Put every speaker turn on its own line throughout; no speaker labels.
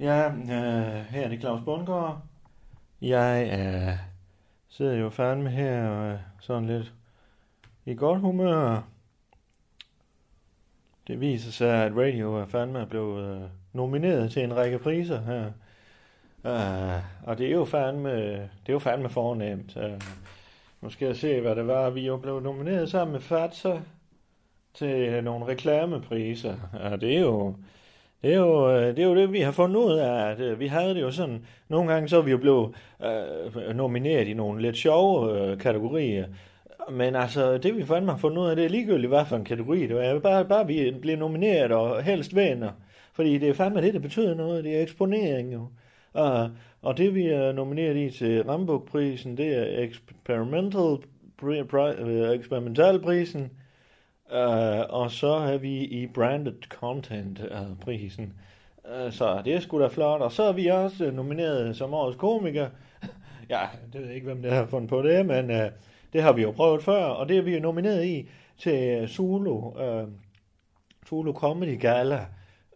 Ja, øh, her er det Claus Bundgaard. Jeg øh, sidder jo fandme her øh, sådan lidt i godt humør. Det viser sig, at radio er fandme blevet øh, nomineret til en række priser her. Øh, og det er jo fandme, det er jo fandme fornemt. Øh, nu skal jeg se, hvad det var. Vi er jo blevet nomineret sammen med Fatsa til nogle reklamepriser. Og det er jo... Det er, jo, øh, det er jo det, vi har fundet ud af, at øh, vi havde det jo sådan, nogle gange så er vi jo blevet øh, nomineret i nogle lidt sjove øh, kategorier, men altså, det vi fandme har fundet ud af, det er ligegyldigt, hvad for en kategori det er, bare, bare vi bliver nomineret og helst vinder, fordi det er fandme det, der betyder noget, det er eksponering jo. Og, og det vi er nomineret i til Rambuk-prisen, det er Experimental pri, pri, øh, Experimentalprisen, Uh, og så er vi i Branded Content-prisen. Uh, uh, så det er sgu da flot. Og så er vi også uh, nomineret som årets komiker. ja, det ved jeg ikke, hvem der har fundet på det, men uh, det har vi jo prøvet før. Og det er vi jo nomineret i til uh, Zulu, uh, Zulu Comedy Gala.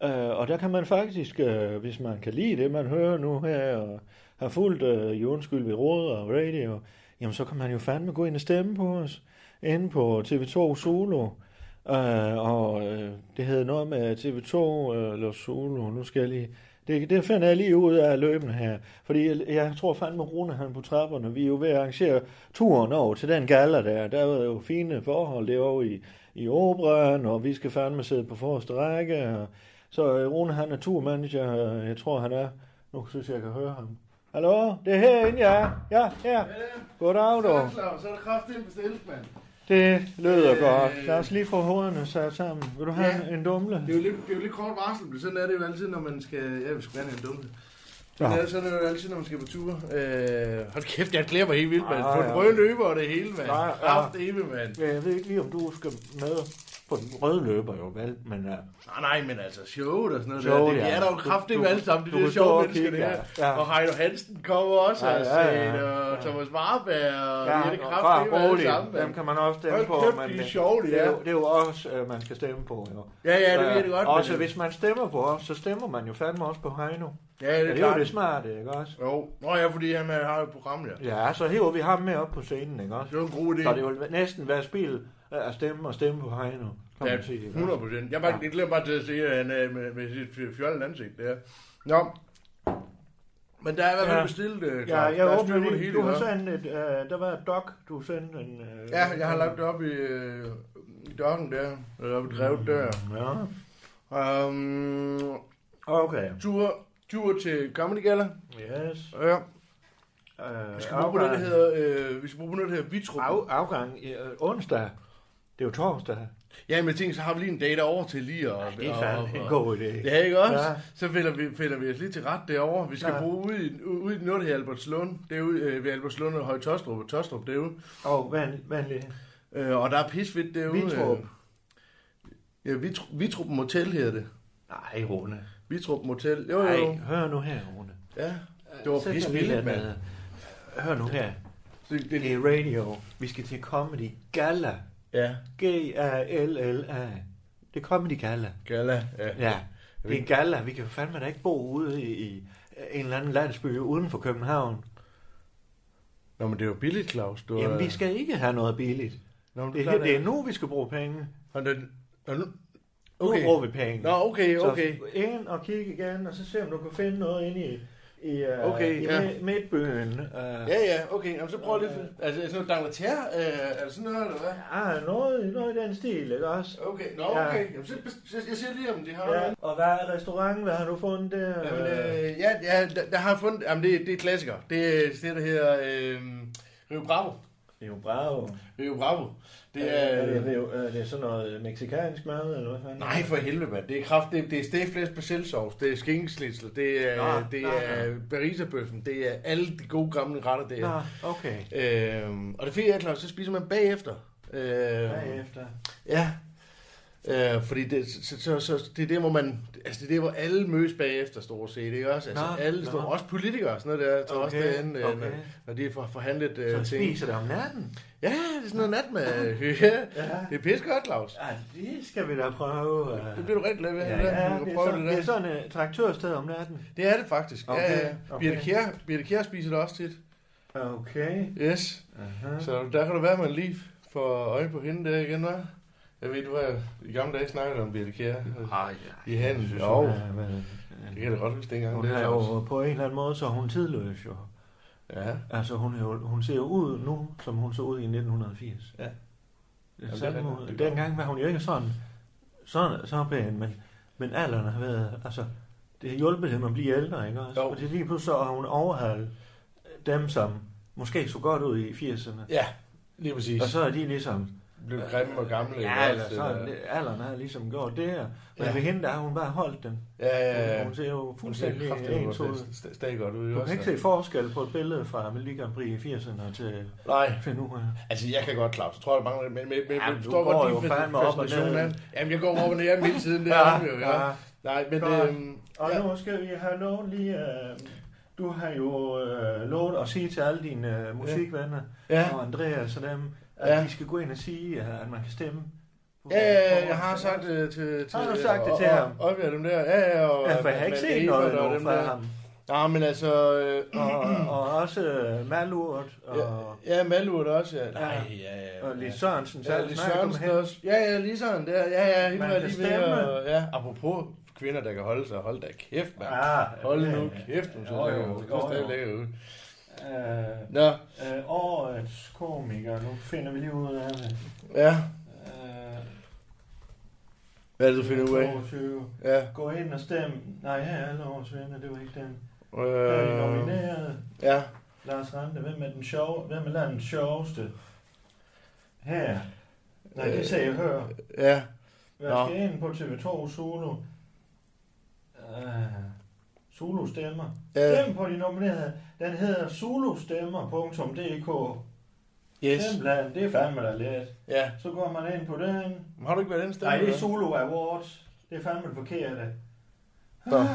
Uh, og der kan man faktisk, uh, hvis man kan lide det, man hører nu her, og har fulgt uh, i Undskyld ved Råd og Radio, jamen så kan man jo fandme gå ind og stemme på os inde på TV2 Solo. Øh, og øh, det hedder noget med TV2 øh, eller Solo. Nu skal jeg lige... Det, det finder jeg lige ud af løbende her. Fordi jeg, jeg tror fandme, Rune han på trapperne. Vi er jo ved at arrangere turen over til den gala der. Der er jo fine forhold derovre i, i operan, og vi skal fandme sidde på forreste række. Og, så øh, Rune han er turmanager. Øh, jeg tror, han er... Nu synes jeg, jeg kan høre ham. Hallo, det er herinde, ja. Ja, her. Goddag,
Så er
du.
det klar, så er det kraftedeme bestilt, mand.
Det lyder øh,
Øh.
godt. Lad os lige få hovederne sat sammen. Vil du have ja. en dumle?
Det er jo lidt, det er jo lidt kort varsel, men sådan er det jo altid, når man skal... Ja, vi skal gerne have en dumme. Sådan
Nå.
er, det- sådan er det jo altid, når man skal på tur. Øh, hold kæft, jeg glæder mig helt vildt, mand.
Ah,
På den
ja.
røde løber og det hele, mand.
Ja, ja.
Kraftedeme, mand.
Ja, Jeg ved ikke lige, om du skal med på den røde løber, jo vel? Men uh,
Nej, nej, men altså, showet og sådan noget.
Showet,
Showet, der,
ja.
det, ja. er der jo
Du-
kraftedeme
du-
alle sammen,
du
de der
kan stå og
sjove mennesker,
kigge,
det her.
ja, ja.
Og Heino Hansen kommer også,
Ja, ja,
ja, altså,
ja, ja.
og
Ja.
Thomas Warberg, og ja, det er
og
kraftedeme
bare
alle
rolig.
sammen,
dem
mand.
kan man også stemme
Hold
på.
kæft,
men øh,
de er sjove, de
det, er jo,
er.
det er jo også, øh, man skal stemme på. Jo.
Ja, ja, det ved jeg
Øh,
det godt,
Også
men-
hvis man stemmer på os, så stemmer man jo fandme også på Heino.
Ja,
Ja,
det er
det er jo det
klart.
smarte, ikke også?
Jo, nå ja, fordi han øh, har jo et program, ja.
Ja, så hiver vi ham med op på scenen, ikke også?
Det er jo en god idé.
Så det vil næsten være spil at stemme og stemme på Heino. Kan
Ja,
man sige, ikke også?
100 procent. Jeg, bare, jeg glemmer bare til at se, at han er med, med sit fj- fjollet ansigt der. Nå. Men der er i hvert fald
Ja.
bestilt, øh,
Ja,
Claus. Der
jeg
er styr
åbner
på det
lige.
hele,
Du har
ikke?
sendt et, øh, der var et dok, du sendte en... Øh,
Ja, jeg har lagt det op i, øh, i dokken der. Eller op i drevet der.
Mm, Ja,
Um,
okay.
tur, tur til Comedy Gala.
Yes.
Ja.
Øh,
Vi skal bruge på noget, der hedder, øh, vi skal bruge på noget, der hedder Vitrup.
af, afgang i, øh, onsdag. Det er jo torsdag.
Ja, men jeg tænkte, så har vi lige en dag derovre til lige at...
Det er
at-
fandme en
at-
god idé.
Ja, ikke også?
Ja.
Ja. Så finder vi, finder vi os lige til ret derovre. Vi skal
Ja.
ja. bruge ude i, ude i den noget her Albertslund. Det er ude øh, ved Albertslund og Høje Tostrup og Tostrup derude.
Og vand, vandlig.
Øh, og der er pisvidt derude.
Vitrup.
Øh, ja, Vitrup, Vitrup Motel hedder det.
Nej, Rune.
Vitrup Motel. Jo, jo.
Nej, hør nu her, Rune.
Ja, det var
Sæt dig
pisbilligt,
lidt
mand.
ned. Hør nu her.
Det,
Det
det,
er radio. Vi skal til Comedy Gala.
ja,
G-A-L-L-A. Det er Comedy Gala.
gala. Ja. ja.
Ja, det er en gala. Vi kan fandme da ikke bo ude i, i en eller anden landsby uden for København.
Nå, men det er jo billigt, Claus. Du,
Jamen,
øh,
vi skal ikke have noget billigt.
Nå, men
Det, her, det er nu, vi skal bruge penge.
Og den- og nu...
Nu
Okay.
bruger vi penge.
Nå, okay, okay.
Så ind og kig igen, og så se, om du kan finde noget inde i, i, uh,
Okay,
i
ja.
mi- midtbyen. Uh,
Ja, ja, okay. Jamen, så prøv lige... Altså, er det sådan noget dangleterre? Øh, er det sådan noget, eller hvad?
Ah, noget, noget i den stil, ikke også?
Okay, nå
Ja.
okay. Jamen, så, jeg, jeg siger lige om det har.
Ja.
Ja.
Og hvad er restaurant? Hvad har du fundet der?
Jamen, øh, ja, ja der, der, har jeg fundet... Jamen, det, det er klassiker. Det er det, der hedder øh, Rio Bravo.
Det er jo bravo. Øh,
Det er jo bravo. Det
Er,
er...
det, er, jo- er det sådan noget meksikansk mad, eller hvad fanden?
Nej, for helvede, mand. Det er kraft, det, er- det er stæflæs med selvsovs, det er skinkeslitsel, det er,
Nå,
det
nå,
er bariserbøffen, det er alle de gode gamle retter, det er.
Nå, okay.
Øhm, og det fede er, Claus, så spiser man bagefter. Øhm,
Bagefter.
Ja. Øh, fordi det, så, så, så, det er der, hvor man... Altså, det er der, hvor alle mødes bagefter, stort set, ikke også? Altså,
Nå,
alle står,
nå.
også politikere og sådan noget der, jeg tror okay, også
Okay,
derinde, øh,
okay.
når, når de får forhandlet øh,
Så
ting.
spiser det om natten.
Ja, det er sådan noget natmad. ja.
Ja.
Det er pisse godt, Claus.
Ja, det skal vi da prøve. øh.
Det bliver du rigtig glad ved.
Ja,
det der.
ja,
Du
det
kan
er
prøve
sådan,
det
det
der.
er sådan et traktørsted om natten.
Det er det faktisk. Okay.
Okay,
Ja, ja.
okay.
Birte, Kjær, Birte Kjær spiser det også tit.
Okay.
Yes.
Aha.
Så der kan du være, man lige får øje på hende der igen, hva'? Jeg ved, du har i gamle dage snakket om Birte Kjær.
Ej,
I handel.
Jo.
Jo, det kan jeg da godt huske dengang.
Hun
det
er
er også.
jo på en eller anden måde, så er hun tidløs jo.
Ja.
Altså, hun, er jo, hun ser jo ud nu, som hun så ud i 1980.
Ja.
Jamen,
det er
Sådan,
rigtigt.
hun,
Det er
dengang var hun jo ikke sådan, sådan så pæn, men, men alderen har været, altså, det har hjulpet hende at blive ældre, ikke også?
Jo.
Og det er lige pludselig, så har hun overhalet dem, som måske så godt ud i 80'erne.
Ja, lige præcis.
Og så er de ligesom...
Blev grimme og gamle. ikke
Ja,
også?
eller sådan, det- alderen har ligesom gjort det her. Men
Ja.
ja. ved hende, der har hun bare holdt den.
Ja, ja, ja.
Hun ser jo
Hun ser
fuldstændig
kraftigt
ens ud.
godt. Det er stadig godt ud.
Du
ikke
kan ikke
også?
se forskel på et billede fra Melodi Grand Prix i 80'erne til
Nej,
til nu. her.
Altså, jeg kan godt, Claus. Jeg tror, der mangler lidt, men, men, men,
Jamen,
men
du
forstår
går
godt
jo
din
fandme op og
fascination
ned.
af den. Jamen, jeg går over og ned af hele tiden. Det er
Ja,
det jo, ja.
ja.
Nej, men...
Godt.
Øhm,
Og
ja.
nu skal vi have nogen lige... Øh, du har jo øh, lovet at sige til alle dine øh, musikvenner,
Ja.
og Andreas og dem, at
Ja.
de skal gå ind og sige, øh, at man kan stemme. på-
Ja, ja, ja,
på-
jeg har sagt det til... til
Har du sagt det til
og-
ham?
Og, og, ja, dem der. Ja, ja, og...
Ja, for jeg har ikke
men
set
Ebert
noget
og
endnu
dem
fra
der.
ham.
Nej, men altså... Øh,
Og, og også øh, Malurt og, og,
ja, ja, Malurt også, ja. Nej,
Ja.
ja, ja.
og
ja.
Lis Sørensen.
Ja,
selv
Lis
snakker om
Sørensen
hende.
også. Ja, ja, lige sådan der. Ja, ja, hende
Man
var jeg
kan
lige ved.
stemme.
Og, ja, apropos kvinder, der kan holde sig. Hold da kæft, mand.
Ah,
Hold nu
ja, ja.
kæft, hun ser
Jo, jo,
lækker ud. Det
jo,
er stadig
jo.
lækker ud.
Øh,
Nå,
øh, årets komiker, nu finder vi lige ud af det.
ja.
Øh,
Hvad er det, du finder ud af?
22.
Ja.
Gå ind og stem. Nej, her er alle årets venner, det var ikke den. Der er de
Øh,
nominerede.
ja.
Lars Rante, hvem er den sjove? Hvem er landets sjoveste? Her. Nej, det sagde jeg hør.
Ja.
Jeg
Nå.
skal ind på TV2 Solo. Uh, Zulu stemmer.
Ja.
Stem på de nominerede. Den hedder zulostemmer.dk.
Yes.
Simpelthen, det er fandme da let.
Ja.
Så går man ind på den.
Men Har du ikke været den stemme?
Nej, det er
eller?
Zulu Awards. Det er fandme det forkerte.
Nå.
Ah,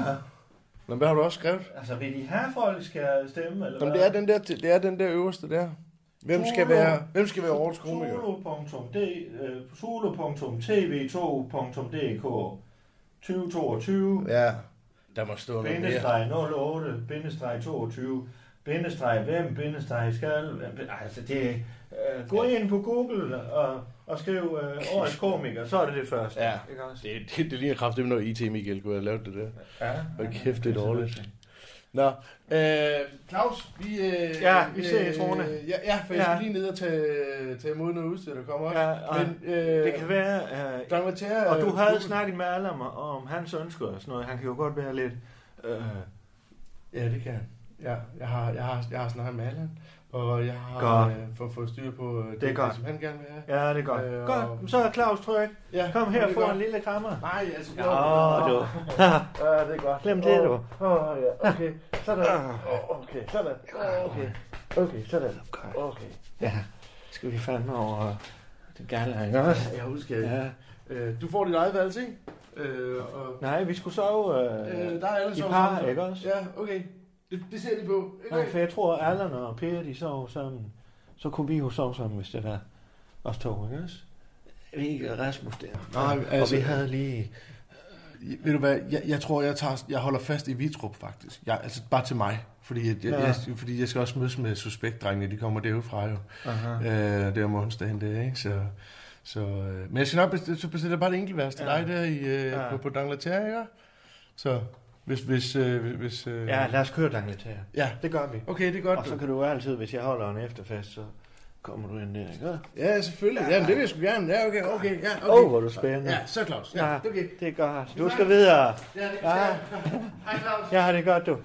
Men hvad har du også skrevet?
altså, vil de have folk skal stemme, eller
Jamen, det er den der, det er den der øverste der. Hvem skal
Solo.
være, hvem skal være årets komiker?
øh, Zulu.tv2.dk 2022
Ja. Der må stå noget mere.
Bindestreg 08, bindestreg 22, bindestreg hvem, bindestreg skal. hvem- Altså det, øh, gå ind på Google og, og skriv øh, årets komiker, så er det det første.
Ja.
Ikke også?
Det, det, det ligner kraftigt med noget IT, Michael, kunne have lavet det der.
Ja.
Hold kæft, det er dårligt. Nå, øh, Claus, vi... Øh,
Ja, vi ses, Rune.
Øh, ja, ja, for jeg
Ja.
skal lige ned og tage, tage imod noget udstyr, der kommer også.
Ja, og
Men, øh,
det kan være, øh,
Der var til, øh,
og du havde
gruppen-
snakket med alle om, om hans ønsker og sådan noget. Han kan jo godt være lidt... Øh,
Ja, det kan jeg. Ja, jeg har, jeg har, jeg har snakket med Allan, og jeg har
Godt.
øh, for, fået styr på øh, det,
er
det,
godt.
som han gerne vil have.
ja, det er godt.
Øh,
Øh,
og-
godt, så er Claus tryg.
Ja,
Kom her
det
og
er
få
godt.
en lille krammer.
Nej, altså...
Ja,
jo.
du.
Ja, det er godt.
Klem til, du.
Åh, oh, ja, okay. Sådan. Åh, okay, sådan. Åh, okay. Okay, sådan. Okay.
Ja, skal vi fandme over det gale, ikke også?
Jeg husker, ja.
Ja.
øh, du får dit eget værelse, ikke? Øh, og,
Nej, vi skulle sove... Øh,
øh, der er alle
I
sammen
par,
sammen.
ikke også?
Ja, okay. Det, det ser de på. Ikke?
nej, for jeg tror, at Allan og Per, de sov sammen. Så kunne vi jo sove sammen, hvis det var os to, ikke også? Vi ikke Rasmus der.
Nej, altså-
altså... Og vi havde lige...
øh, Ved du hvad, jeg, jeg tror, jeg, tager, jeg holder fast i Vitrup, faktisk. Jeg, altså bare til mig, fordi jeg, jeg,
Ja.
jeg, fordi jeg skal også mødes med suspektdrengene, de kommer derudefra jo.
Aha.
Øh, det er om onsdagen der, ikke? Så, så, øh, men jeg skal nok bestille, så bestiller jeg bare et enkelt værelse til
Ja.
dig der i, øh,
Ja.
på, på Dangleterre, ikke? Så hvis... hvis, øh, hvis- hvis øh,
Ja, lad os køre Dangletær.
ja.
Det gør vi.
Okay, det er
Og
godt.
så
du.
kan du jo altid, hvis jeg holder en efterfest, så kommer du ind der, ikke også?
Ja, selvfølgelig. Ja, men det vil jeg sgu gerne. Ja, okay, okay. Ja,
Åh,
okay.
hvor er du spændende.
Ja, så Claus. Ja,
Ja.
okay.
Det er godt. Du skal videre.
Ja, det
Ja.
Hej, Claus.
Ja, det er godt, du.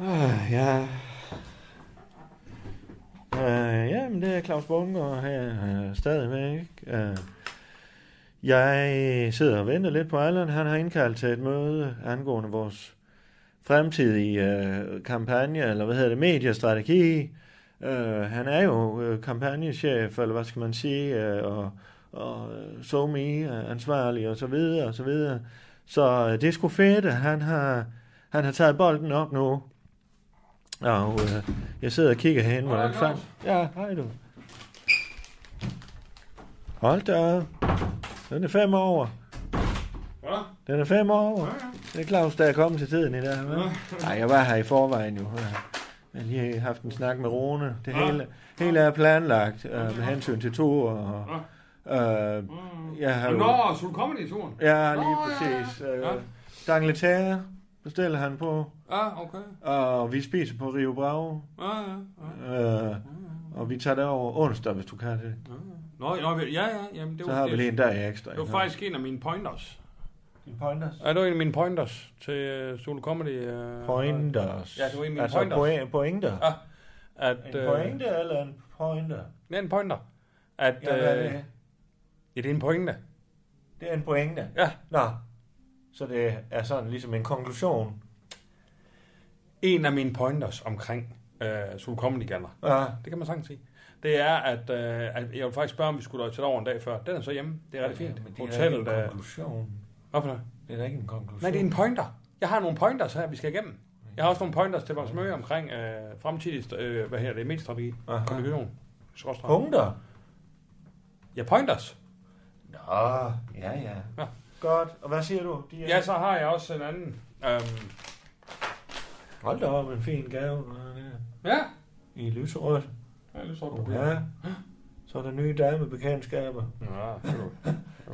Ah, ja. Uh, ja, men det er Claus Bunker her uh, stadigvæk. Uh, jeg sidder og venter lidt på Allan. Han har indkaldt til et møde angående vores fremtidige uh, kampagne, eller hvad hedder det, mediestrategi. Uh, han er jo uh, kampagnechef, eller hvad skal man sige, uh, og, og so me uh, ansvarlig, og så videre, og så videre. Så uh, det er sgu fedt, at han har, han har taget bolden op nu. Og øh, jeg sidder og kigger hen, hvordan
Hej,
fanden... Ja, hej du. Hold da. op. Den er fem år over.
Hvad?
Den er fem år over.
Ja, ja.
Det er Claus, der er kommet til tiden i dag. Nej, jeg var her i forvejen jo. Jeg har lige haft en snak med Rune. Det
Nå.
hele, hele er planlagt øh, med hensyn til to og... Øh, jeg har jo...
Nå, så du kommer i turen?
Ja, lige
Nå, ja,
præcis. Øh,
Ja.
D'Angleterre bestiller han på,
Ja, okay.
og vi spiser på Rio Bravo.
Ja, ja, ja.
Øh, og vi tager det over onsdag, hvis du kan det.
Nå, nå, ja, ja, jamen, det
Så
var,
har vi
det,
lige en dag ekstra.
det var faktisk en af mine pointers.
pointers.
Ja, det var en af mine pointers til uh, Solo Comedy. Uh,
Pointers.
Ja, det var en af mine
altså,
pointers.
Poe- pointer.
Ja, At,
En pointe eller en pointer?
Det er en pointer. At,
Ja, hvad er
øh,
det?
ja, det er en pointe.
Det er en pointe.
Ja.
Nå. Så det er sådan ligesom en konklusion.
En af mine pointers omkring uh, Solo Comedy Gala.
Ja.
Det kan man sagtens sige. Det er, at, øh, at jeg vil faktisk spørge, om vi skulle tage over en dag før. Den er så hjemme. Det er rigtig fint.
Men det er
Hotellet,
ikke en
øh,
konklusion.
Hvorfor det?
Det er da ikke en konklusion.
Nej, det er en pointer. Jeg har nogle pointers her, vi skal igennem. Jeg har også nogle pointers til vores møde omkring øh, fremtidig, øh, hvad hedder det, mediestrategi,
Aha.
kommunikation, skråstreg.
Punkter?
Ja, pointers.
Nå, ja, ja.
Ja.
Godt. Og hvad siger du? De
Ja, så har jeg også en anden. Øhm,
Hold da op, en fin gave. du har der.
ja.
I lyserødt.
Ja, det tror du.
Ja. Så er der nye damebekendtskaber.
Ja, det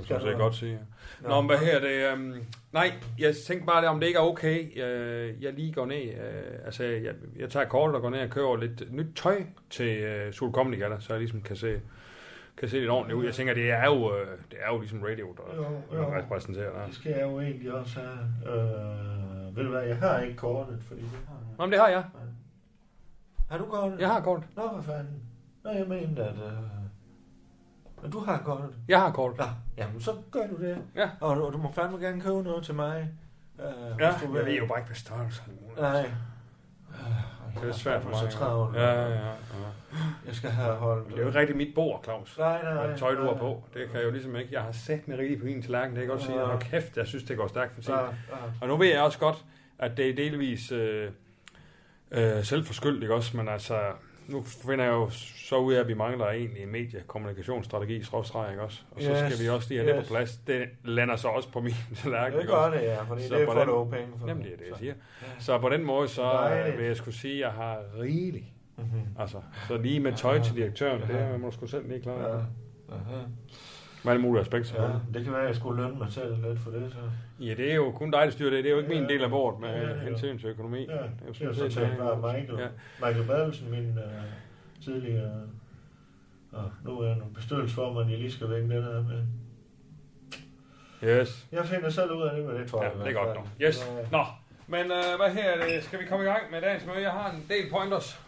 Skal
kan
du-
jeg godt sige. Nå, men hvad her det? Øhm, nej, jeg tænkte bare, om det ikke er okay, øh, jeg lige går ned. Øh, altså, jeg, jeg tager kortet og går ned og køber lidt nyt tøj til øh, Solkomne Gala, så jeg ligesom kan se, kan se lidt ordentligt ud. Jeg tænker, det er jo, øh, det er jo ligesom radio, der
Jo,
jo.
jo.
repræsenterer der.
Det skal jeg jo egentlig også have. Øh, ved du hvad, jeg har ikke kortet, fordi det har jeg.
Nå, men det har jeg.
Har du kortet?
Jeg har kortet.
Nå, for fanden. Nå, jeg mente, at... Øh... Men du har kortet.
Jeg har kortet.
Nå, jamen så gør du det.
Ja.
Og du, du må fandme gerne købe noget til mig. Øh,
Ja,
hvis du
jeg ved jo bare ikke, hvad størrelse
Nej. Øh,
Det er svært for mig.
Jeg er så travlt.
Ja, ja, ja.
Jeg skal have holdt...
Men det er jo ikke rigtig mit bord, Claus.
Nej, nej,
Og
nej.
det tøj, du har på, det kan jeg jo ligesom ikke. Jeg har sat mig rigtig på min tallerken, det kan jeg godt sige.
Ja.
Og kæft, jeg synes, det går stærkt for tiden.
Ja, ja.
Og nu ved jeg også godt, at det er delvis øh, øh, selvforskyldt, ikke også? Men altså, nu finder jeg jo så ud af, at vi mangler egentlig en mediekommunikationsstrategi, skråstreg, ikke også? Og så
Yes,
skal vi også lige have det
yes.
på plads. Det lander så også på min tallerken,
Det
ikke også?
gør det, ja, fordi
Så
det
på
får
den-
du jo penge for.
Jamen, det er det, jeg
Så-
siger. Så på den måde, så
Dejligt.
øh, vil jeg skulle sige, at jeg har rigeligt.
Mhm.
Altså, så lige med tøj til direktøren,
Ja.
det må du sgu selv lige klare.
Ja.
Ja.
Aha.
Med alle mulige aspekter.
Ja,
selvfølgelig.
det kan være, at jeg skulle lønne mig selv lidt for det, så.
Ja, det er jo kun dig, der styrer det. Det er jo ikke
Ja,
min del af bordet
ja, ja,
med
ja.
hensyn til økonomi.
Ja, det er jo
sådan
sådan
set
set
det.
bare Michael.
Ja.
Michael Badelsen, min øh, tidligere... Og nu er jeg nu bestyrelsesformand, jeg lige skal vinke den her med.
Yes.
Jeg finder selv ud af det, men det tror
Ja,
jeg. i
det er
hvert fald.
godt nok. Yes.
Ja.
Nå, men øh, hvad her er det? Skal vi komme i gang med dagens møde? Jeg har en del pointers.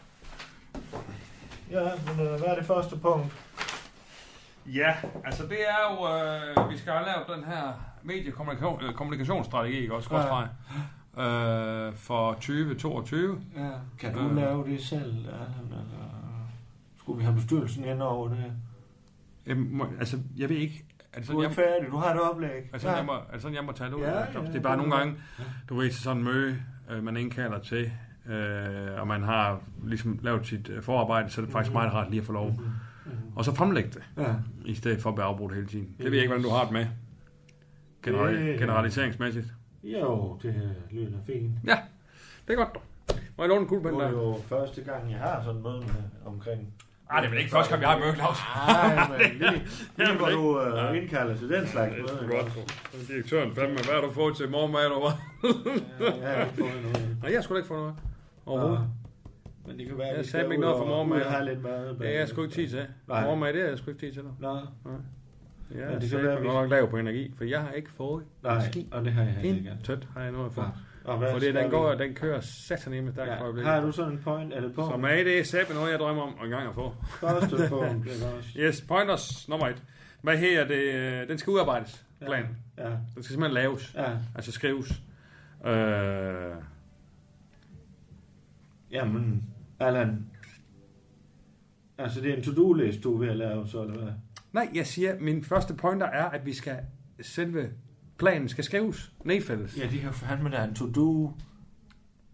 Ja, men øh, hvad er det første punkt?
Ja, altså det er jo, øh, vi skal have lavet den her mediekommunikationsstrategi, ikke også?
skråstreg,
Ja. Øh, for 2022.
Ja, kan
du lave
det selv, Allan, eller... Skulle vi have bestyrelsen ind over det?
Jamen, må, altså, jeg ved ikke. Er det
Du
sådan,
er
Altså, jeg,
færdig, du har et oplæg.
er det sådan, jeg må, er det sådan, jeg må tage det ud?
Ja,
eller,
ja,
Claus? det
ja,
er bare
det
nogle
må
gange, du ved, til sådan en møde, øh, man indkalder til, øh, og man har ligesom lavet sit øh, forarbejde, så er det faktisk
Mhm.
meget rart lige at få lov. Og så fremlægge det,
Ja.
i stedet for at blive afbrudt hele tiden. Det ved jeg ikke, hvordan du har det med. General,
Det-
generaliseringsmæssigt.
Jo, det lyder fint.
Ja, det er godt. dog. Må jeg låne en kuglepen
Nu er det
der?
jo første gang, jeg har sådan noget med omkring...
Ej, Ah, det er vel ikke første gang, vi har et møde, Claus.
Nej, men lige,
Ja,
lige
men
hvor
ikke-
du øh,
Nej.
indkalder til den slags
Det er
møde.
sgu godt. Direktøren, fandme, hvad har du fået til morgenmad og hvad?
Ja, jeg har ikke fået noget.
Nej, jeg skulle ikke få noget. Overhovedet.
Men det kan være,
Jeg
vi
sagde
skal
ikke
ud
noget for
og-
morgenmad.
ud og have lidt mad.
Det er jeg sgu ikke tid til.
Nej.
Morgenmad, det er jeg sgu ikke tid til. dog.
Nå,
Ja,
det
det
kan
kan
være,
jeg
vi-
nok lav på energi, for jeg har ikke fået
nej,
ski.
og det har jeg heller ikke.
Intet har jeg noget at få.
Nej. Og hvad
Fordi
skal
den
vi-
går, den kører satanemme stærkt for
Ja.
øjeblikket.
Har du sådan en point? Er det på?
Så med det er sæbe noget, jeg drømmer om og engang at få.
Godt støt på, det er godt.
Yes, pointers nummer et. Hvad her det? Den skal udarbejdes, plan.
Ja,
Den skal simpelthen laves,
ja.
altså skrives. Øh,
Jamen, Allan. Altså, det er en to-do-liste, du er ved at lave, så eller hvad?
nej, jeg siger, min første pointer er, at vi skal selve planen skal skrives, nedfældes.
Ja, det her fandme, der er en to-do.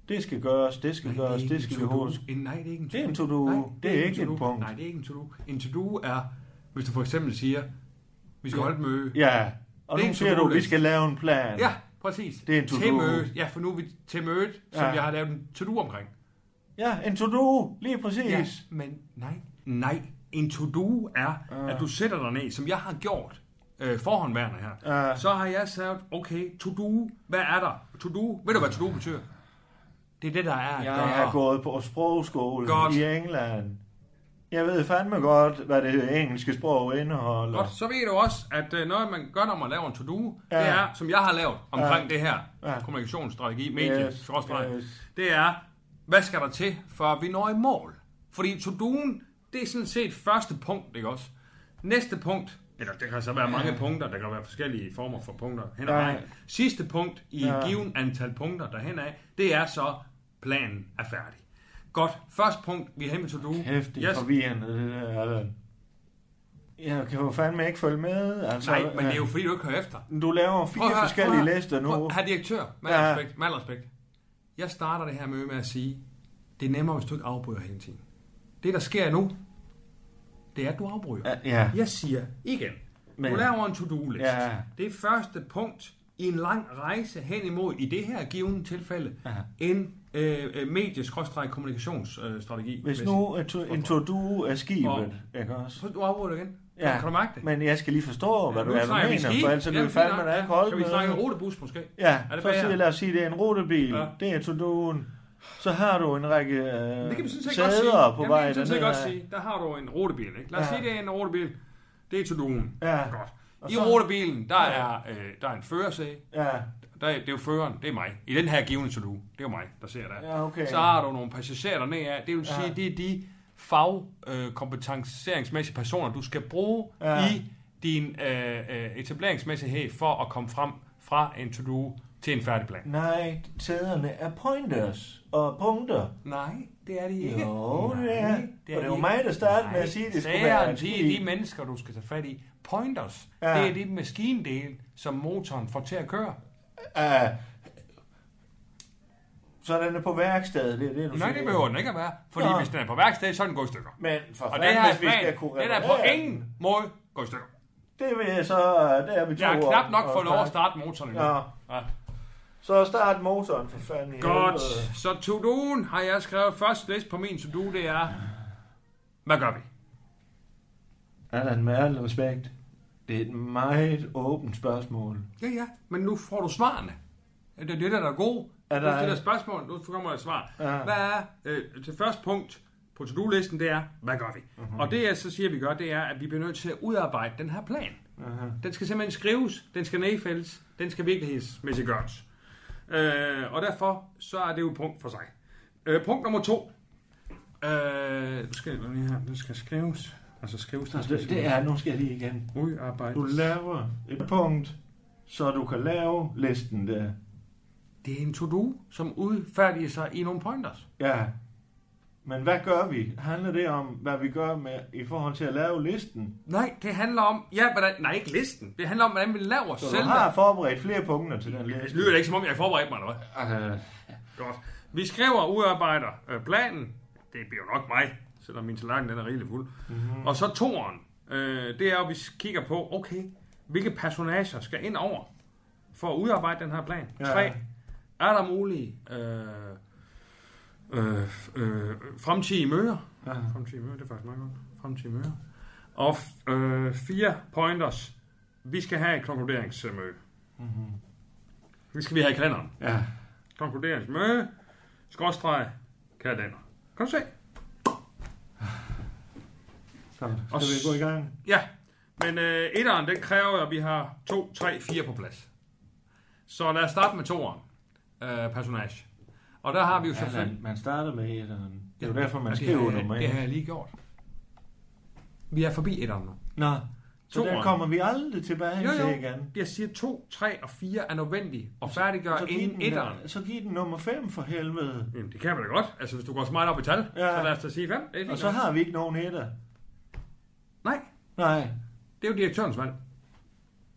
Det skal gøres, det skal gøres, det skal vi huske.
En, nej, det er ikke en
Det er en
to-do.
to-do.
Nej,
Det er ikke
en
en
to-do.
punkt.
Nej, det er ikke en to-do. En to-do er, hvis du for eksempel siger, vi skal holde et møde.
Ja, og
Det er
nu
en
siger du,
to-do-liste.
vi skal lave en plan.
Ja, præcis.
Det er en to-do.
Til mødet. Ja, for nu er vi til mødet, som
Ja.
jeg har lavet en to-do omkring.
Ja, en to-do, lige præcis.
men nej. Nej, en to-do er,
Ja.
at du sætter dig ned, som jeg har gjort øh, forhåndværende her.
Ja.
Så har jeg sagt, okay, to-do, hvad er der? To-do, ved du hvad to-do betyder? Det er det, der er.
Jeg
der
har gået på sprogskole
Godt.
i England. Jeg ved fandme godt, hvad det engelske sprog indeholder.
Godt, så ved du også, at øh, noget man gør, når man laver en to-do,
Ja.
ja. det er, som jeg har lavet omkring ja. det her,
Ja.
ja. kommunikationsstrategi, medie,
Yes,
yes.
yes.
yes. det er, hvad skal der til, for at vi når i mål? Fordi to-doen, det er sådan set første punkt, ikke også? Næste punkt, eller det kan så være mange punkter, der kan være forskellige former for punkter hen ad
Ja.
vejen. Sidste punkt i
Ja.
ja. given antal punkter derhen af, det er så, planen er færdig. Godt, første punkt, vi er henne ved to-do.
Hæftigt yes. forvirrende, det der, Allan. Jeg kan jo fandme ikke følge med. Altså,
Nej, men det er jo
øh,
fordi, du ikke hører efter.
Du laver
Prøv at
fire
høre,
forskellige
prøv at høre.
lister nu.
Prøv at- Herr direktør, med
Ja.
ja. respekt, med al respekt. Jeg starter det her møde med at sige, det er nemmere, hvis du ikke afbryder hele tiden. Det, der sker nu, det er, at du afbryder.
Ja, ja.
Jeg siger igen,
Men-
Men. du laver en to-do-list.
Ja.
Det er første punkt i en lang rejse hen imod, i det her givende tilfælde,
Aha.
en øh, medie-kommunikationsstrategi.
Hvis nu at to- en to-do er skibet,
Og-
ikke også?
Så du afbryder igen.
Ja,
Kan du mærke det?
Men jeg skal lige forstå, hvad du, hvad du
snakker vi
mener,
skib.
for ellers så kan
Ja,
vi
fint
fandme
nok.
da ikke holde
Kan vi
med.
snakke en rutebus måske?
Ja,
Er det
så
bedre?
siger, lad os sige, det er en rutebil.
Ja.
Det er to-doen. Så har du en række øh,
Det kan vi sådan set godt sige.
sæder på
Jamen,
vej.
det kan vi sådan set
dernede
godt
af.
sige. Der har du en rotebil, ikke? Lad os
Ja.
ja. sige, det er en rotebil. Det er Toulon.
Ja.
Godt.
Og
I
så-
rotebilen, der er, øh, der er en førersæde.
Ja,
Der er, det er jo føreren, det er mig. I den her givende Toulon, det er jo mig, der ser der.
Ja, okay.
Så har du nogle passagerer dernede af. Det vil
Ja.
sige, det er de fagkompetenceringsmæssige personer, du skal bruge
Ja.
ja. i din øh, øh, etableringsmæssighed for at komme frem fra en to-do til en færdig plan.
nej, sæderne er pointers og punkter.
Nej, det er de ikke.
Jo,
Nej,
det er.
de
Og det var
ikke.
mig, der startede
Nej.
med at sige, at det skulle
Sagerne,
være en
det er
skib.
de mennesker, du skal tage fat i. Pointers,
Ja.
ja. det er det maskindel, som motoren får til at køre.
Uh, så den er på værkstedet, det er det, du
Nej,
siger.
det behøver den ikke at være. Fordi
Nå.
Nå. hvis den er på værksted, så er den gået i stykker.
Men for
Og
fanden,
det her
hvis vi skal kunne
plan, den er på
reparere den,
ingen måde gået i stykker.
Det vil jeg så, der er vi to
Jeg har
om-
knap nok
om
fået lov at
snakken.
starte motoren endnu.
Ja.
Ja.
Så start motoren for fanden. i
Godt.
helvede.
Så to-do'en har jeg skrevet først list på min to-do, det er... Hvad gør vi?
Er der en med al respekt? Det er et meget åbent spørgsmål.
Ja, ja, men nu får du svarene. Er Det er det, der er god.
Er
Er
der-
der... Du stiller spørgsmål, nu kommer et svar.
Ja.
Ja. Hvad er, øh, til første punkt på to-do-listen, det er, hvad gør vi?
Mhm.
Uh-huh. Og det, jeg så siger, vi gør, det er, at vi bliver nødt til at udarbejde den her plan.
Uh-huh.
Den skal simpelthen skrives, den skal nedfældes, den skal virkelighedsmæssigt gøres. Øh, og derfor, så er det jo punkt for sig. Øh, punkt nummer to. Øh, nu skal jeg lige her, det skal skrives. Altså skrives, den skal
Det, det er, nu skal jeg lige igen.
udarbejdes.
Du laver et punkt, så du kan lave listen der.
Det er en to-do, som udfærdiger sig i nogle pointers.
Ja. Men hvad gør vi? Handler det om, hvad vi gør med i forhold til at lave listen?
Nej, det handler om... Ja, hvordan, nej, ikke listen. Det handler om, hvordan vi laver
Så
selv.
du har forberedt flere punkter til den liste.
Det lyder ikke, som om jeg forbereder mig, eller hvad?
Uh,
Godt. Vi skriver og udarbejder øh, planen. Det bliver jo nok mig, selvom min tallerken den er rigelig fuld. Mm-hmm.
Mhm.
Og så toren. Øh, det er, at vi kigger på, okay, hvilke personager skal ind over for at udarbejde den her plan?
Ja.
Ja. Tre. Er der mulige øh, øh, øh, fremtidige møder?
Ja.
Ja. Fremtidige møder, det er faktisk meget godt. Fremtidige møder. Og f- øh, fire pointers. Vi skal have et konkluderingsmøde. Mm-hmm. Det skal vi have i kalenderen
Mhm. ja.
konkluderingsmøde, skråstreg, kalender. Kan du se?
Så skal vi gå i gang?
Ja, men øh, etteren, den kræver, at vi har 2, 3, 4 på plads. Så lad os starte med toeren. øh, personage. Og der har vi jo
Ja,
selvfølgelig...
man, man starter med etteren. Det er jo derfor, man
Og det
skriver
har jeg-
nummer
Det har
et.
jeg lige gjort. Vi er forbi etteren nu.
Nå, så der
Toeren.
kommer vi aldrig tilbage
Jo, jo.
til igen.
Jeg siger 2, 3 og 4 er nødvendige og færdiggøre
Så giv,
inden etteren.
den, så giv den nummer 5 for helvede.
Jamen, det kan man da godt. Altså, hvis du går så meget op i tal,
Ja.
så lad os da sige 5. Det er fint.
Og så har vi ikke nogen etter.
Nej,
Nej,
det er jo direktørens valg.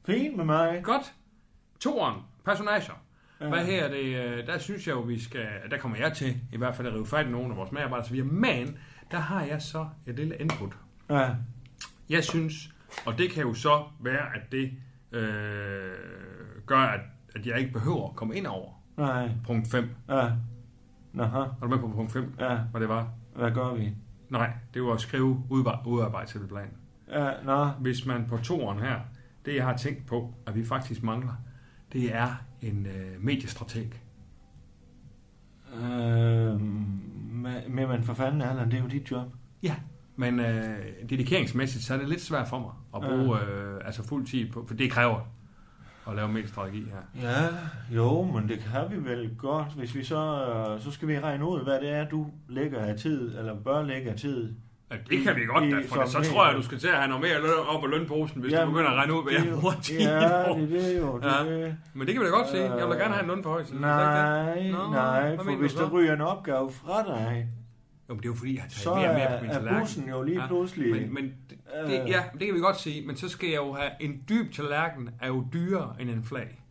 fint med mig.
Godt. Toren, personager.
Ja.
Hvad her er det? øh, Der synes jeg jo, vi skal... Der kommer jeg til, i hvert fald at rive fat i nogle af vores medarbejdere. Så vi er man. Der har jeg så et lille input.
Ja,
Jeg synes, og det kan jo så være, at det øh, gør, at, at jeg ikke behøver at komme ind over
nej,
punkt 5.
ja. Nå,
Er du med på punkt 5?
ja,
Hvad det var?
hvad gør vi?
Nej, det var at skrive udarbej- udarbejde til planen.
Ja, nå,
Hvis man på toren her, det jeg har tænkt på, at vi faktisk mangler, det er en øh, mediestrateg.
øh, men man for fanden, Allan, det er jo dit job.
Ja, men øh, dedikeringsmæssigt, så er det lidt svært for mig at bruge øh, altså fuld tid på, for det kræver at lave mediestrategi her.
Ja, jo, men det kan vi vel godt. Hvis vi så, øh, så skal vi regne ud, hvad det er, du lægger af tid, eller bør lægge af tid.
Ja, det kan vi godt, da,
I-
for det, så
som
tror jeg,
medier.
du skal til at have noget mere løn op og lønposen, hvis du
Jamen,
begynder at regne ud, hvad
det er
jeg
jo-
bruger tid
Ja,
på.
det er det jo. Det,
Ja.
er det.
Men det kan vi da godt se. Jeg vil da gerne have en lønforhøjelse. hvis ikke det-
Nej,
Nå, hvad
nej, for
mener
hvis
du
der
så?
ryger en opgave fra dig,
Jo, men det er jo fordi, jeg har taget
så
mere og mere
er,
på min
er
tallerken.
bussen jo lige
Ja,
pludselig...
Men, men det, det,
Øh.
ja, det kan vi godt sige, men så skal jeg jo have en dyb tallerken, er jo dyrere end en flag.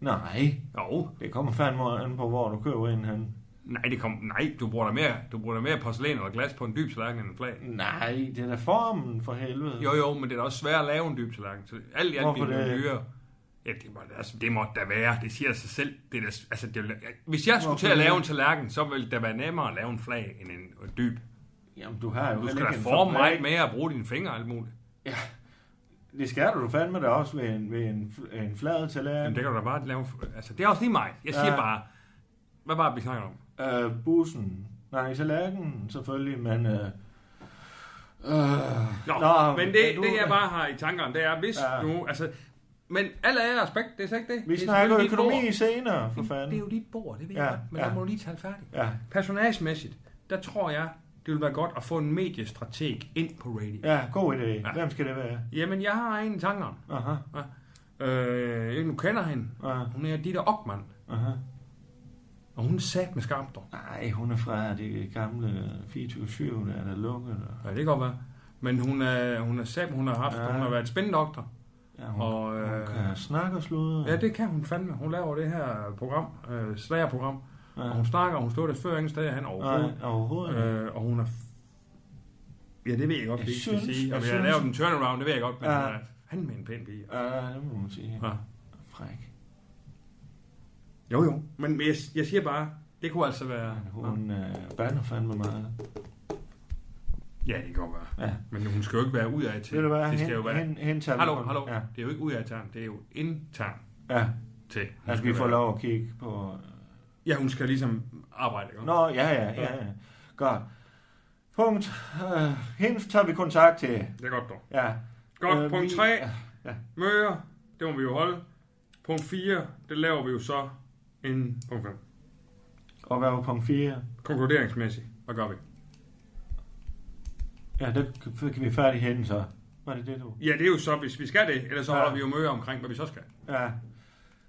Nej,
Jo,
det kommer fandme an på, hvor du køber ind hen.
nej, det kom, nej du, bruger da mere, du bruger da mere porcelæn eller glas på en dyb tallerken end en flag.
Nej, det er da formen for helvede.
Jo, jo, men det er da også svært at lave en dyb tallerken. Så alt i alt
Hvorfor
bliver det
det?
jo dyrere. Ja, det må, altså, det må da være. Det siger sig selv. Det er da, altså, det er, jo- hvis jeg skulle
Hvorfor
til at lave
det?
en tallerken, så ville det da være nemmere at lave en flag end en en dyb.
Jamen, du har jo
Du skal
heller
da
ikke en
forme meget
fabrik.
mere at bruge dine fingre og alt muligt.
Det skal du fandme da også ved en, ved en, en flad
Jamen,
tallerken.
det kan du da bare lave... Altså, det er også lige mig. Jeg siger
Ja.
bare... Hvad var det, vi snakker om?
Øh, bussen. Nej, tallerkenen selvfølgelig, men... Øh, øh,
Nå,
Nå,
Nå men det,
men
du...
du-
det, jeg bare har i tankerne, det er, hvis ja.
Ja.
nu... Altså, men alle ære og respekt, det er slet ikke det.
vi
det er
snakker
selvfølgelig dit
økonomi
bord.
senere, for
Det er
fanden.
jo dit bord, det ved
Ja,
jeg godt, men ja.
ja.
der må du lige tale færdigt.
Ja,
Personagemæssigt, der tror jeg, det vil være godt at få en mediestrateg ind på radio. Ja.
ja, god idé.
Ja.
Hvem skal det være?
Jamen, jeg har en i tankerne.
Aha,
Øh, nu kender hende.
aha,
Hun er Ditte Ockmann,
aha.
og hun sat med skarpt dog.
Nej, hun er fra det gamle 24-7, der er der lukket. og-
Ja, det kan godt være. Men hun er, hun er sat, hun har haft, ja.
Ja.
hun har været spindoktor.
Ja, hun,
Og,
og, hun
øh,
kan snakke og sludre.
Ja, det kan hun fandme. Hun laver det her program, øh, slagerprogram,
Ja.
og hun snakker, og hun slår det før ingen steder hen overhovedet.
Nej, overhovedet ikke.
Øh, og hun er... f- Ja, det ved jeg godt,
Jeg
det ikke
synes-
vil sige. Og
jeg
vi har
synes-
lavet en turnaround, det ved jeg godt, men
Ja.
ja. han med en pæn pige.
Ja, det må man sige.
Ja.
Fræk.
Jo, jo. Men jeg, jeg siger bare, det kunne altså være...
Men Hun øh, bander fandme meget.
Ja, det kan godt være.
Ja.
Men hun skal jo ikke være ud af til.
Ved du hvad?
det skal
Hen-
jo være...
hen- hen tager vi
hallo,
kun-
hallo.
Ja.
Det er jo ikke ud af tern, det er jo intern
ja.
til. hun
Altså,
skal
vi får
være-
lov at kigge på...
Ja, hun skal ligesom arbejde, ikke?
Nå, ja, ja, ja. ja. Godt. Punkt. Øh, hende tager vi kontakt til.
Det er godt dog.
Ja.
Godt,
Øh,
punkt
vi-
3.
Ja.
Møre, det må vi jo holde. Punkt 4, det laver vi jo så en punkt 5.
Og hvad var punkt 4?
Konkluderingsmæssigt, hvad gør vi?
Ja, der kan- kan vi færdig henne så. Var det det, du...
Ja, det er jo så, hvis vi skal det, ellers så
Ja.
holder vi jo møde omkring, hvad vi så skal.
Ja.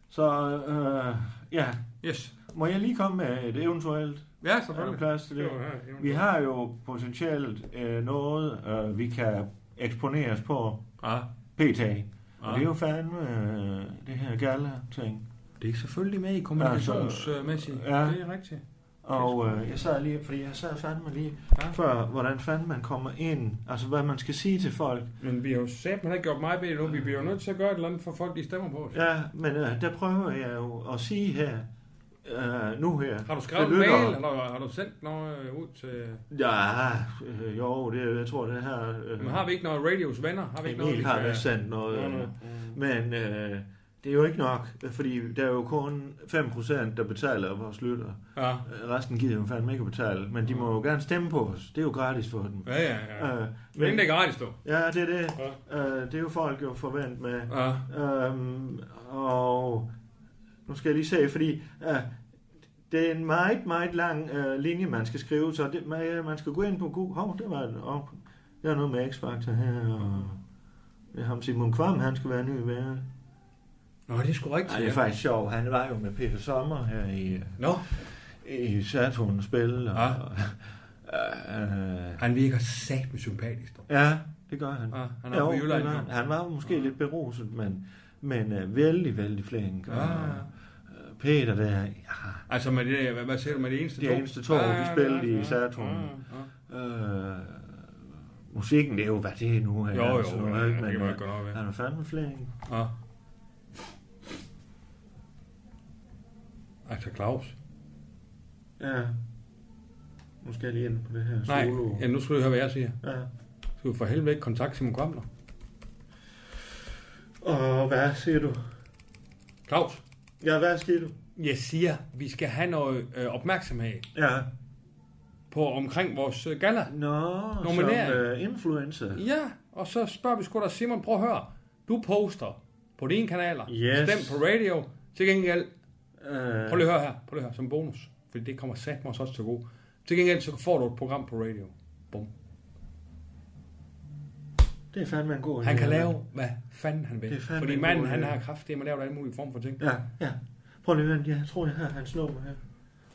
Så, øh, ja.
Yes.
Må jeg lige komme med et eventuelt?
Ja,
Er der
selvfølgelig.
plads til det?
Det var her, det var
Vi
her.
har jo potentielt øh, noget, øh, vi kan eksponeres på
Ja.
pt. Ja. Og
Ja.
det er jo fandme øh, det her gala-ting.
Det er selvfølgelig med i kommunikationsmæssigt.
kommunikationsmæssigt.
Ja.
Ja.
Det er rigtigt.
Og øh, jeg sad lige, fordi jeg sad fandme lige
Ja.
før, hvordan fanden man kommer ind, altså hvad man skal sige til folk.
Men vi har jo sagt, man har gjort meget bedre nu. Vi bliver jo nødt til at gøre et eller andet for folk, de stemmer på os.
Ja, men øh, der prøver jeg jo at sige her, øh, nu her.
Har du skrevet en
Det lytter.
mail? Har du, har du sendt noget øh, ud til...
Ja, øh, jo, det, jeg tror det her... Øh,
Men har vi ikke noget radios venner? Har vi ikke noget,
Emil har da sendt noget.
Nå,
Øh,
nå.
Men øh, det er jo ikke nok, fordi der er jo kun 5% der betaler vores lytter.
Ja,
Resten gider jo fandme ikke at betale, men de må jo gerne stemme på os. Det er jo gratis for dem.
ja, ja. ja.
Øh,
Men det er gratis, du.
ja, det er det. Øh, det er jo folk jo forvent med.
Ja.
Øhm, og nu skal jeg lige se, fordi øh, det er en meget, meget lang øh, linje, man skal skrive, så det, man, øh, man skal gå ind på Google. Hov, der var og, der er noget med X-Factor her, og det er ham Simon Kvam, han skal være ny vært.
Nå, det er sgu rigtigt.
Ej, det er faktisk sjovt. Han var jo med Peter Sommer her i, øh,
Nå,
i Saturn Spil. Og,
Ja.
øh,
han virker satme sympatisk. dog.
ja, det gør han.
Ja, han er jo, på
det
Jylland. Ah.
gør han.
jo.
han var jo måske lidt beruset, men, men øh, vældig, vældig flink. Og,
Ja, ja.
øh, Peter der, ja,
Altså, med det, hvad, hvad siger du med det eneste
Det
tog?
eneste tog, de spillede i Saturn. øh, musikken, det er jo, hvad det er nu. her,
Jo,
altså,
jo, ja,
ikke?
det kan man
men,
ikke gøre noget ved.
øh, han er fandme flink.
Ja. Altså, Claus.
Ja. Nu skal jeg lige ind på det her
Nej,
solo.
ja, nu skal du høre, hvad jeg siger.
Ja.
Du for helvede ikke kontakt Simon Kramler.
Og hvad siger du?
Claus,
Ja, hvad siger du?
jeg siger, vi skal have noget øh, opmærksomhed
Ja.
på omkring vores øh, gala.
Nå,
Nominering.
som øh, influencer.
Ja, og så spørger vi sgu da Simon, prøv at høre. Du poster på dine kanaler,
Yes.
stem på radio. Til gengæld,
Øh,
prøv lige at høre her, prøv lige at høre, som bonus. Fordi det kommer satme os også til gode. Til gengæld, så får du et program på radio. Bum.
det er fandme en god
Han
idé,
kan
mand.
lave, hvad fanden han
Det er
vil.
fandme
Fordi
en
manden,
god
han
idé.
har kraft til at lave alle mulige form for ting.
Ja, ja. Prøv lige at vente, jeg tror, jeg har hans nummer her.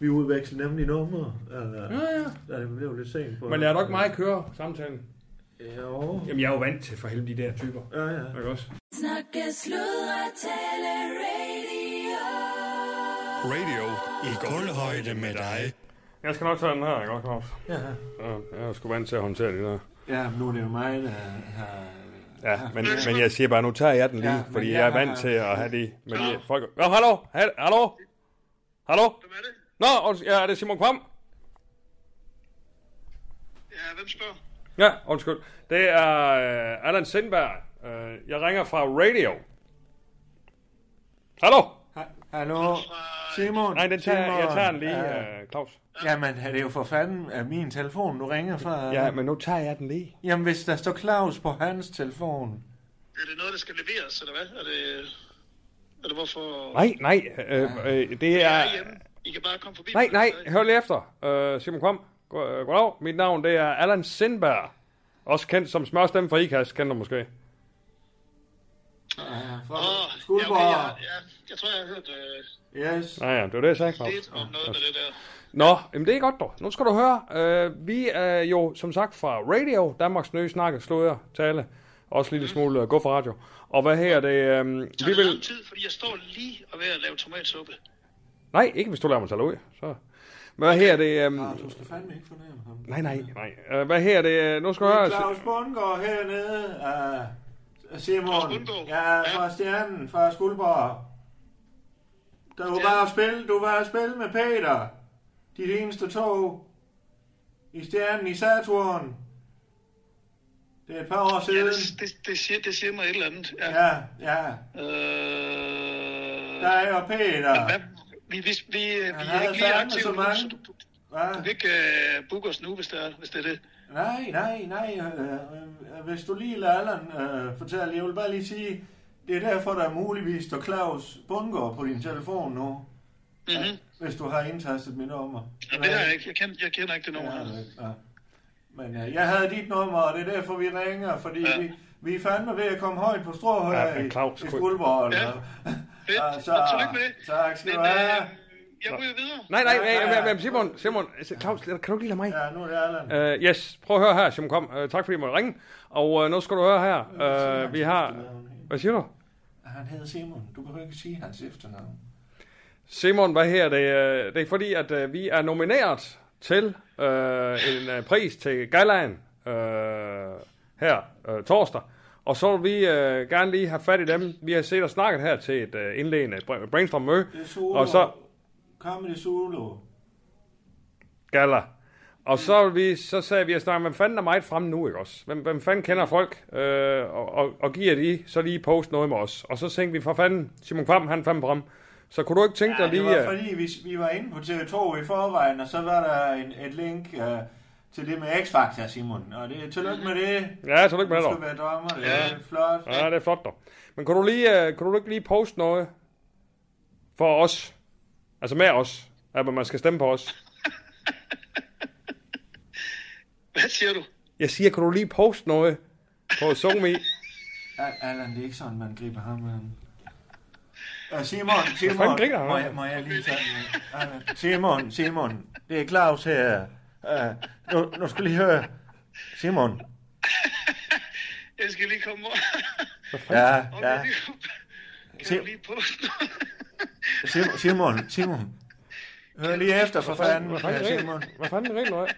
Vi udveksler nemlig numre. Øh,
Ja, ja.
ja. Det blev lidt sent på.
Men lader du ikke mig køre samtalen?
Jo.
Jamen, jeg er jo vant til for helvede de der typer.
Ja, ja.
Ikke også?
Snakke, sludre, tale, radio.
Radio i guldhøjde med dig.
Jeg skal nok tage den her, ikke også, Claus?
Ja,
Ja, Jeg er sgu vant til at håndtere det der.
ja men nu er det jo mig, der har...
Ja, men, men jeg siger bare, nu tager jeg den lige,
Ja,
ja,
men
fordi
jeg
jeg er
har-
vant til at have de... Med de folk. Ja, hallo? Ha- Hallo? Hallo?
Hvem er det?
Nå, und- ja, er det Simon Kvam?
Ja, hvem spørger?
Ja, undskyld. Det er øh, Allan Sindberg. Øh, jeg ringer fra radio. Hallo?
Hallo? Simon?
Nej, den tager, jeg, jeg tager den lige,
Ja.
øh, Claus.
Jamen, det er jo for fanden af min telefon, du ringer fra.
Ja, men nu tager jeg den lige.
Jamen, hvis der står Claus på hans telefon.
Er det noget, der skal leveres, eller hvad? Er det, er det hvorfor...
Nej, nej, øh, øh, det
Jeg
er...
er hjemme. I kan bare komme forbi.
Nej, nej, hør lige efter. Øh, Simon Kvam, Go- øh, goddag. Mit navn det er Allan Sindberg. Også kendt som smørstemme fra IKAS, kender du måske.
Åh, ja, okay, jeg,
Skuldborg.
ja, jeg tror, jeg har hørt øh,
Yes.
Nej, ja, det var det, jeg sagde, Claus.
lidt om noget med det der.
Nå, jamen det er godt dog. Nu skal du høre, øh, vi er jo som sagt fra Radio, Danmarks nye snakke, sludder, tale, også
Mm.
en lille smule øh, gå for radio. Og hvad her det, øh, vi
Så er det lang
vil...
tid, fordi jeg står lige og ved at lave tomatsuppe.
Nej, ikke hvis du lader mig tage ud, så... Men hvad her det, øh,
Ah, Du skal fandme ikke fornærme ham.
nej, nej, nej. Øh, hvad her det, øh, nu skal du høre...
Claus Bundgaard hernede. Uh, Simon.
Claus Bundgaard?
Ja,
Ja.
fra Stjernen, fra Skuldborg. Der var bare at spille, du var at spille med Peter. Dit eneste tog. I Stjernen, i Saturn. Det er et par år
Ja,
siden.
det, det, det, siger, det siger mig et eller andet. Ja.
Ja, ja.
Øh,
Dig og Peter.
hvad, vi, vi, vi, vi
har
er ikke lige
fandme så
aktive nu,
mange.
så du, du, du
Hva?
kan ikke øh, booke os nu, hvis det er, hvis det, er det.
Nej, nej, nej. øh, øh, Hvis du lige lader Allan øh, fortælle, jeg vil bare lige sige, det er derfor, der muligvis står Claus Bundgaard på din telefon nu,
Mm-hmm.
hvis du har indtastet mit nummer.
Ja, det har jeg ikke. Jeg kender, jeg kender ikke det
Ja,
nummer her.
ja. Men øh, jeg havde dit nummer, og det er derfor, vi ringer, fordi
Ja.
vi, vi er fandme ved at komme højt på strå her
Ja,
ja, i,
men Claus,
i
kunne-
Skuldborg.
Ja.
eller-
Fedt.
Ja,
så, Tillykke med det.
Tak skal
Men
du have.
øh, jeg ryger videre.
Nej, nej, nej,
Ja, ja,
nej,
ja.
nej, Simon, Simon, øh, Claus, kan du ikke lige lade mig?
Ja, nu er det Allan.
Uh, yes, prøv at høre her, Simon, kom. Uh, tak fordi jeg måtte ringe. Og uh, nu skal du høre her. Uh, vi har... Hvad siger du?
Han hedder Simon. Du behøver ikke sige hans efternavn.
Simon, hvad her? Det, øh, det er fordi, at øh, vi er nomineret til øh, en øh, pris til Gallaen øh, her øh, torsdag. Og så vil vi øh, gerne lige have fat i dem. Vi har set og snakket her til et øh, indledende øh, bra- brainstorm-møde.
Det er solo.
Og så-
Comedy solo.
Galla. Og så, vil vi, så sagde vi at snakke, hvem fanden er meget fremme nu, ikke også? Hvem, hvem fanden kender folk, øh, og, og, og, giver de så lige post noget med os. Og så tænkte vi, for fanden, Simon Kvam, han er fandme fremme. Så kunne du ikke tænke dig
Det
lige...
var
øh,
fordi, vi, vi var inde på TV2 i forvejen, og så var der en, et link øh, til det med X-Factor, Simon. Og det er tillykke med det.
Ja, så lykke
Du
med det, dog.
skal være dommer, det er flot.
Ja, det er flot dog. Men kunne du, lige, øh, kunne du ikke lige poste noget for os? Altså med os? Ja, men man skal stemme på os.
Hvad siger du?
Jeg siger, kan du lige poste noget på SoMe?
Allan, det er ikke sådan, man griber ham. Men... Øh, Simon,
fanden
Simon,
griner han?
må jeg, må jeg lige tage den? Allan, Simon, Simon, det er Claus her. Uh, nu, nu skal jeg lige høre. Simon,
Jeg skal lige komme over.
ja,
Om jeg
ja.
lige kunne- Kan
Sim-
du lige poste noget?
Sim- Simon, Simon. Hør lige efter for fanden, ja, Simon.
Hvad fanden griner du af?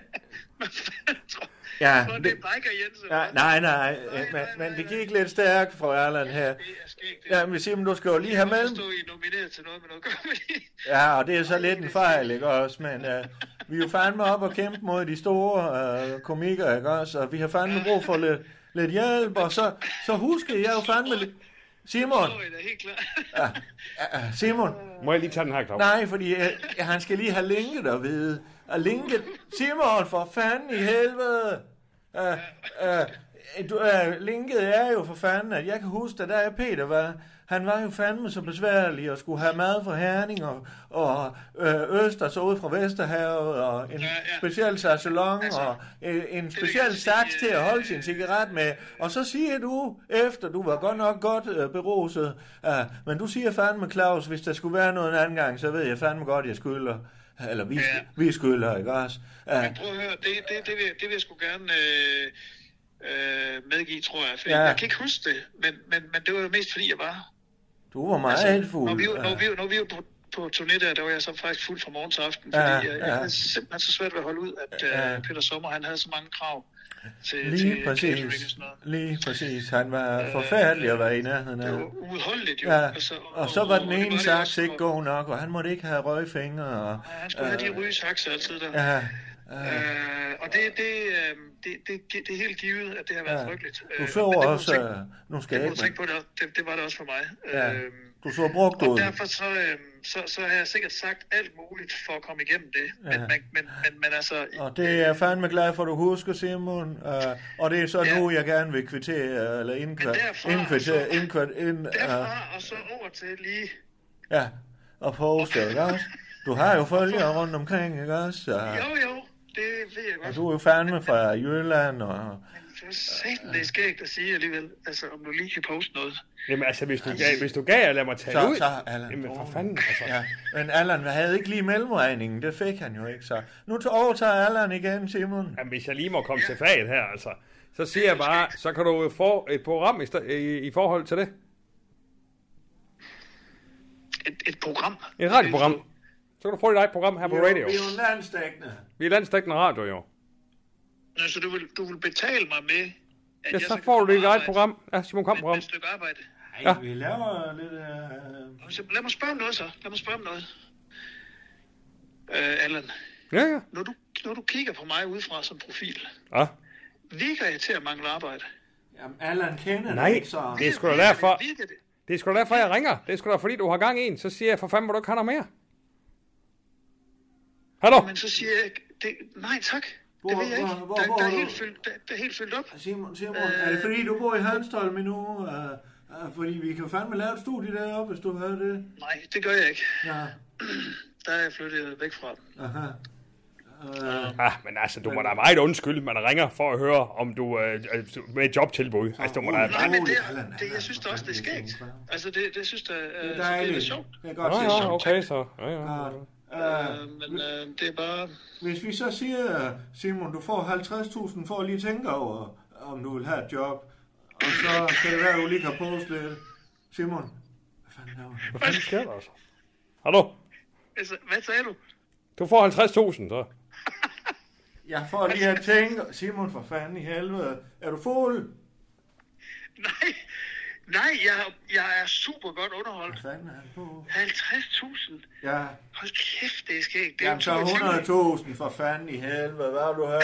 Ja,
Nå, det
det,
er Biker Jensen.
ja, nej, nej, øh, men, men det gik lidt stærkt fra Erland her.
Det er sket. Det
Ja, men Simon, du skal jo lige have
Jeg
mellem.
forstår, I er nomineret til noget med noget comedy.
Ja, og det er så lidt en fejl, ikke også? Men øh, vi er jo fandme op og kæmpe mod de store øh, komikere, ikke også? Og vi har fandme brug for lidt, lidt hjælp, og så, så husker jeg jo fandme... lidt- Simon,
Nå, det er helt klart.
øh, Simon,
Må jeg lige tage den her, Claus?
nej, fordi øh, han skal lige have linket og vide. Og linket... Simon, for fanden i helvede! Øh, øh, du, øh, linket er jo for fanden, at jeg kan huske, at der er Peter, var, han var jo fandme så besværlig og skulle have mad fra Herning og, og øh, Øster så ud fra Vesterhavet og en ja, ja.
ja.
speciel sassalon altså, og øh, en
jeg
speciel
sige,
saks
øh,
til at holde sin cigaret med. Og så siger du, efter du var godt nok godt øh, beruset, øh, men du siger fandme, Claus, hvis der skulle være noget en anden gang, så ved jeg fandme godt, jeg skylder. Eller vi, ja. vi skylder, ikke også? Øh,
Prøv at høre, det, det, det, vil, jeg- det vil jeg sgu gerne øh, øh, medgive, tror jeg. Fordi
Ja.
ja. jeg kan ikke huske det, men, men, men det var jo mest fordi, jeg var her.
du var meget
Altså,
altså, fuld.
Når vi,
øh.
når vi, når vi var på, på turné der, der var jeg så faktisk fuld fra morgen til aften, fordi
Ja,
ja, jeg, jeg
ja.
havde simpelthen så svært ved at holde ud, at
Ja.
ja. uh, Peter Sommer, han havde så mange krav til,
øh, Lige
til catering og
præcis.
sådan noget.
Lige præcis. Han var forfærdelig at være i nærheden
Det
af.
var uudholdeligt jo.
Ja,
Altså,
og så var den
det
ene
det
saks
også,
ikke
og-
god nok, og han måtte ikke have røgfingre. Og, øh,
Ja, Han skulle have de ryge sakser altid der.
ja,
Øh, og det, det, øh, det, det, det, det er helt givet, at det har været
Ja.
frygteligt.
du
Øh,
så
men det må
også,
tænke-
øh, nu skal
Det
jeg
må du
ikke,
tænke
men-
på, det, det, det var det også for mig.
ja,
Øhm,
du så brugt
og
ud.
derfor så, øhm, så, så har jeg sikkert sagt alt muligt for at komme igennem det. Men,
Ja.
men, men, men, men altså,
Og det er jeg fandme glad for, at du husker, Simon. Øh, og det er så
Ja.
nu, jeg gerne vil kvittere, eller indkva,
Men derfra,
indkvitere,
altså.
indkva, ind, øh,
derfra og så over til lige...
ja, og poste, ikke også? Du har jo følgere rundt omkring, ikke også?
Jo,
Og,
jo, det ved jeg
og
godt.
du er jo fandme fra Jylland, og
Men for satan, det er skægt at sige alligevel. Altså, om du lige kan poste noget.
Jamen altså, hvis du gav, hvis du gav lad mig tage
Så-
ud.
så, Allan.
Jamen for fanden, altså.
Ja, men Allan havde ikke lige mellemregningen, det fik han jo ikke, så nu t- overtager Allan igen, Simon.
Jamen, hvis jeg lige må komme til faget her, altså. Så siger jeg bare, så kan du jo få et program i, sta- i, i forhold til det.
Et, et program.
Et radioprogram. Så kan du få dit eget program her på radio.
Vi er jo landstækkende.
Vi er landstækkende radio, jo.
Nå, Så du vil, du vil betale mig med... At
Ja, så
kan
får du
komme
dit
og
eget
arbejde
program. Ja, Simon Kamp
med-
program.
Med et stykke arbejde.
Ja. Vi laver lidt... Øh...
Og så- Lad mig spørge om noget så. Lad mig spørge om noget. Øh, Allan,
Ja, ja.
når du, når du kigger på mig udefra som profil,
Ja.
virker jeg til at mangle arbejde?
Jamen, Allan kender
Nej,
det ikke, så...
det er sgu da
Virker det?
derfor,
Virker det?
det er sgu da derfor, jeg ringer. Det er sgu da fordi, du har gang i en. Så siger jeg, for fanden må du ikke have noget mere. Hallo?
Men så siger jeg, det, nej tak.
Hvor-
det ved jeg ikke.
hvor- hvor-
der,
hvor
der,
er
er
du?
helt fyldt, der, der er helt fyldt op.
Simon, Simon, er det fordi, du bor i Hanstholm endnu? Øh, øh, fordi vi kan fandme lave et studie deroppe, hvis du hører det.
Nej, det gør jeg ikke.
Ja,
Der er jeg flyttet væk fra.
aha. Øh,
Ja, men altså, du må da meget undskylde, man ringer for at høre, om du øh, øh, med et jobtilbud. Altså, du må da...
Nej, men det,
Allan, Allan,
er, det, jeg synes da også, det er skægt. Altså, det, det synes jeg,
Det Øh, er
øh, det er lidt
dejligt.
sjovt.
Det er
Nå,
godt, Simon.
ja, okay, så. Ah. Ja, ja.
Øh,
Øh, men øh, det er bare...
Hvis vi så siger, Simon, du får 50.000 for at lige tænke over, om du vil have et job, og så kan det være, at du lige kan poste lidt. Simon, hvad fanden laver du?
Hvad fanden sker der, altså? Hallo?
Altså, hvad sagde du?
Du får 50.000, så.
Jeg får lige at tænke, Simon, for fanden i helvede, er du fuld?
Nej, nej, jeg, jeg er super godt underholdt.
Hvad fanden er han på?
50.000?
Ja,
Hold kæft, det er skægt. Det er
jamen
jo
så
22.
100.000 for fanden i helvede, hvad vil du have?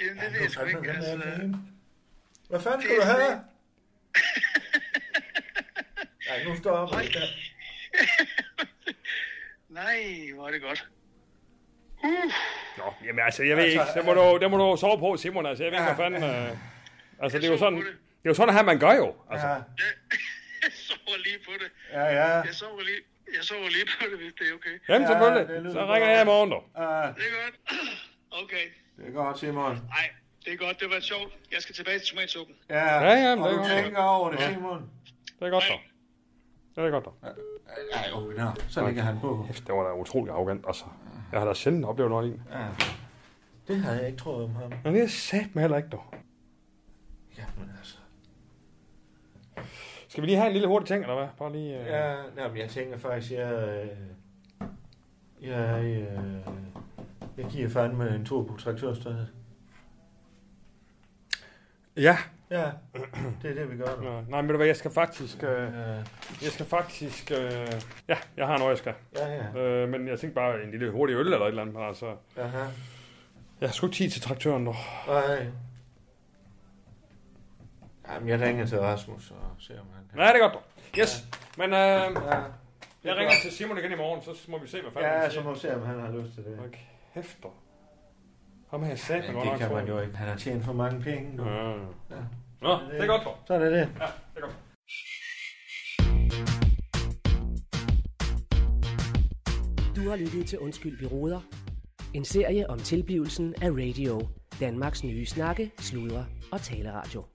Jamen, det ved jeg sgu ikke. Altså,
Hvad fanden skal du have? Nej, nu stopper jeg.
nej, hvor er det godt.
Nå, jamen altså, jeg ved ikke. Det må, du, det må du sove på, Simon. Altså, jeg ved ikke, hvad fanden... Øh, altså, det er jo sådan... Det er jo sådan her, man gør jo. Altså,
Ja,
Jeg sover lige på det.
ja, ja.
Jeg sover lige. jeg sover lige på det, hvis det er okay.
Jamen,
Ja, det
selvfølgelig.
lyder
Så
godt.
ringer jeg i morgen, dog.
Uh,
Det er godt. Okay.
det er godt, Simon.
Nej, det er godt. Det var sjovt. Jeg skal tilbage til tomatsuppen.
Ja,
Ja, ja, men
og
det er
du
godt.
tænker over det, Simon.
Det er godt, dog. Det er godt, dog.
Nej, okay, nå. Så ligger han på.
Kæft, det var da utrolig arrogant, altså. Jeg har da sjældent oplevet noget lignende.
Det havde jeg ikke troet om ham.
Men det er sat med heller ikke, dog.
Jamen altså.
Skal vi lige have en lille hurtig ting, eller hvad? Bare lige... Øh... Ja.
Ja, jamen, jeg tænker faktisk, jeg... Øh, jeg, øh, jeg giver fandme en tur på traktørstedet.
ja.
Ja, det er det, vi gør nu.
Nå, Nej, men ved du hvad, jeg skal faktisk... Øh...
Øh,
Jeg skal faktisk... Øh... Ja, jeg har noget, jeg skal.
ja, ja.
Øh, men jeg tænkte bare en lille hurtig øl eller et eller andet, men altså...
Aha.
Jeg har sgu ikke tid til traktøren, dog.
Nej. Jamen, jeg ringer til Rasmus og ser, om han kan.
Nej, det er godt, dog. Yes. Men øh,
Ja,
jeg ringer til Simon igen i morgen, så må vi se, hvad fanden
ja
han
så
siger.
må vi se, om han har lyst til det.
Hold kæft, dog. Ham her sat med
Men
godt
det
nok
kan
for.
man jo ikke. Han har tjent for mange penge. Nu.
Ja. Nå, det er godt, dog.
Sådan er det.
Det er godt.
Du har lyttet til Undskyld, vi råder. En serie om tilblivelsen af radio. Danmarks nye snakke, sludre og taleradio.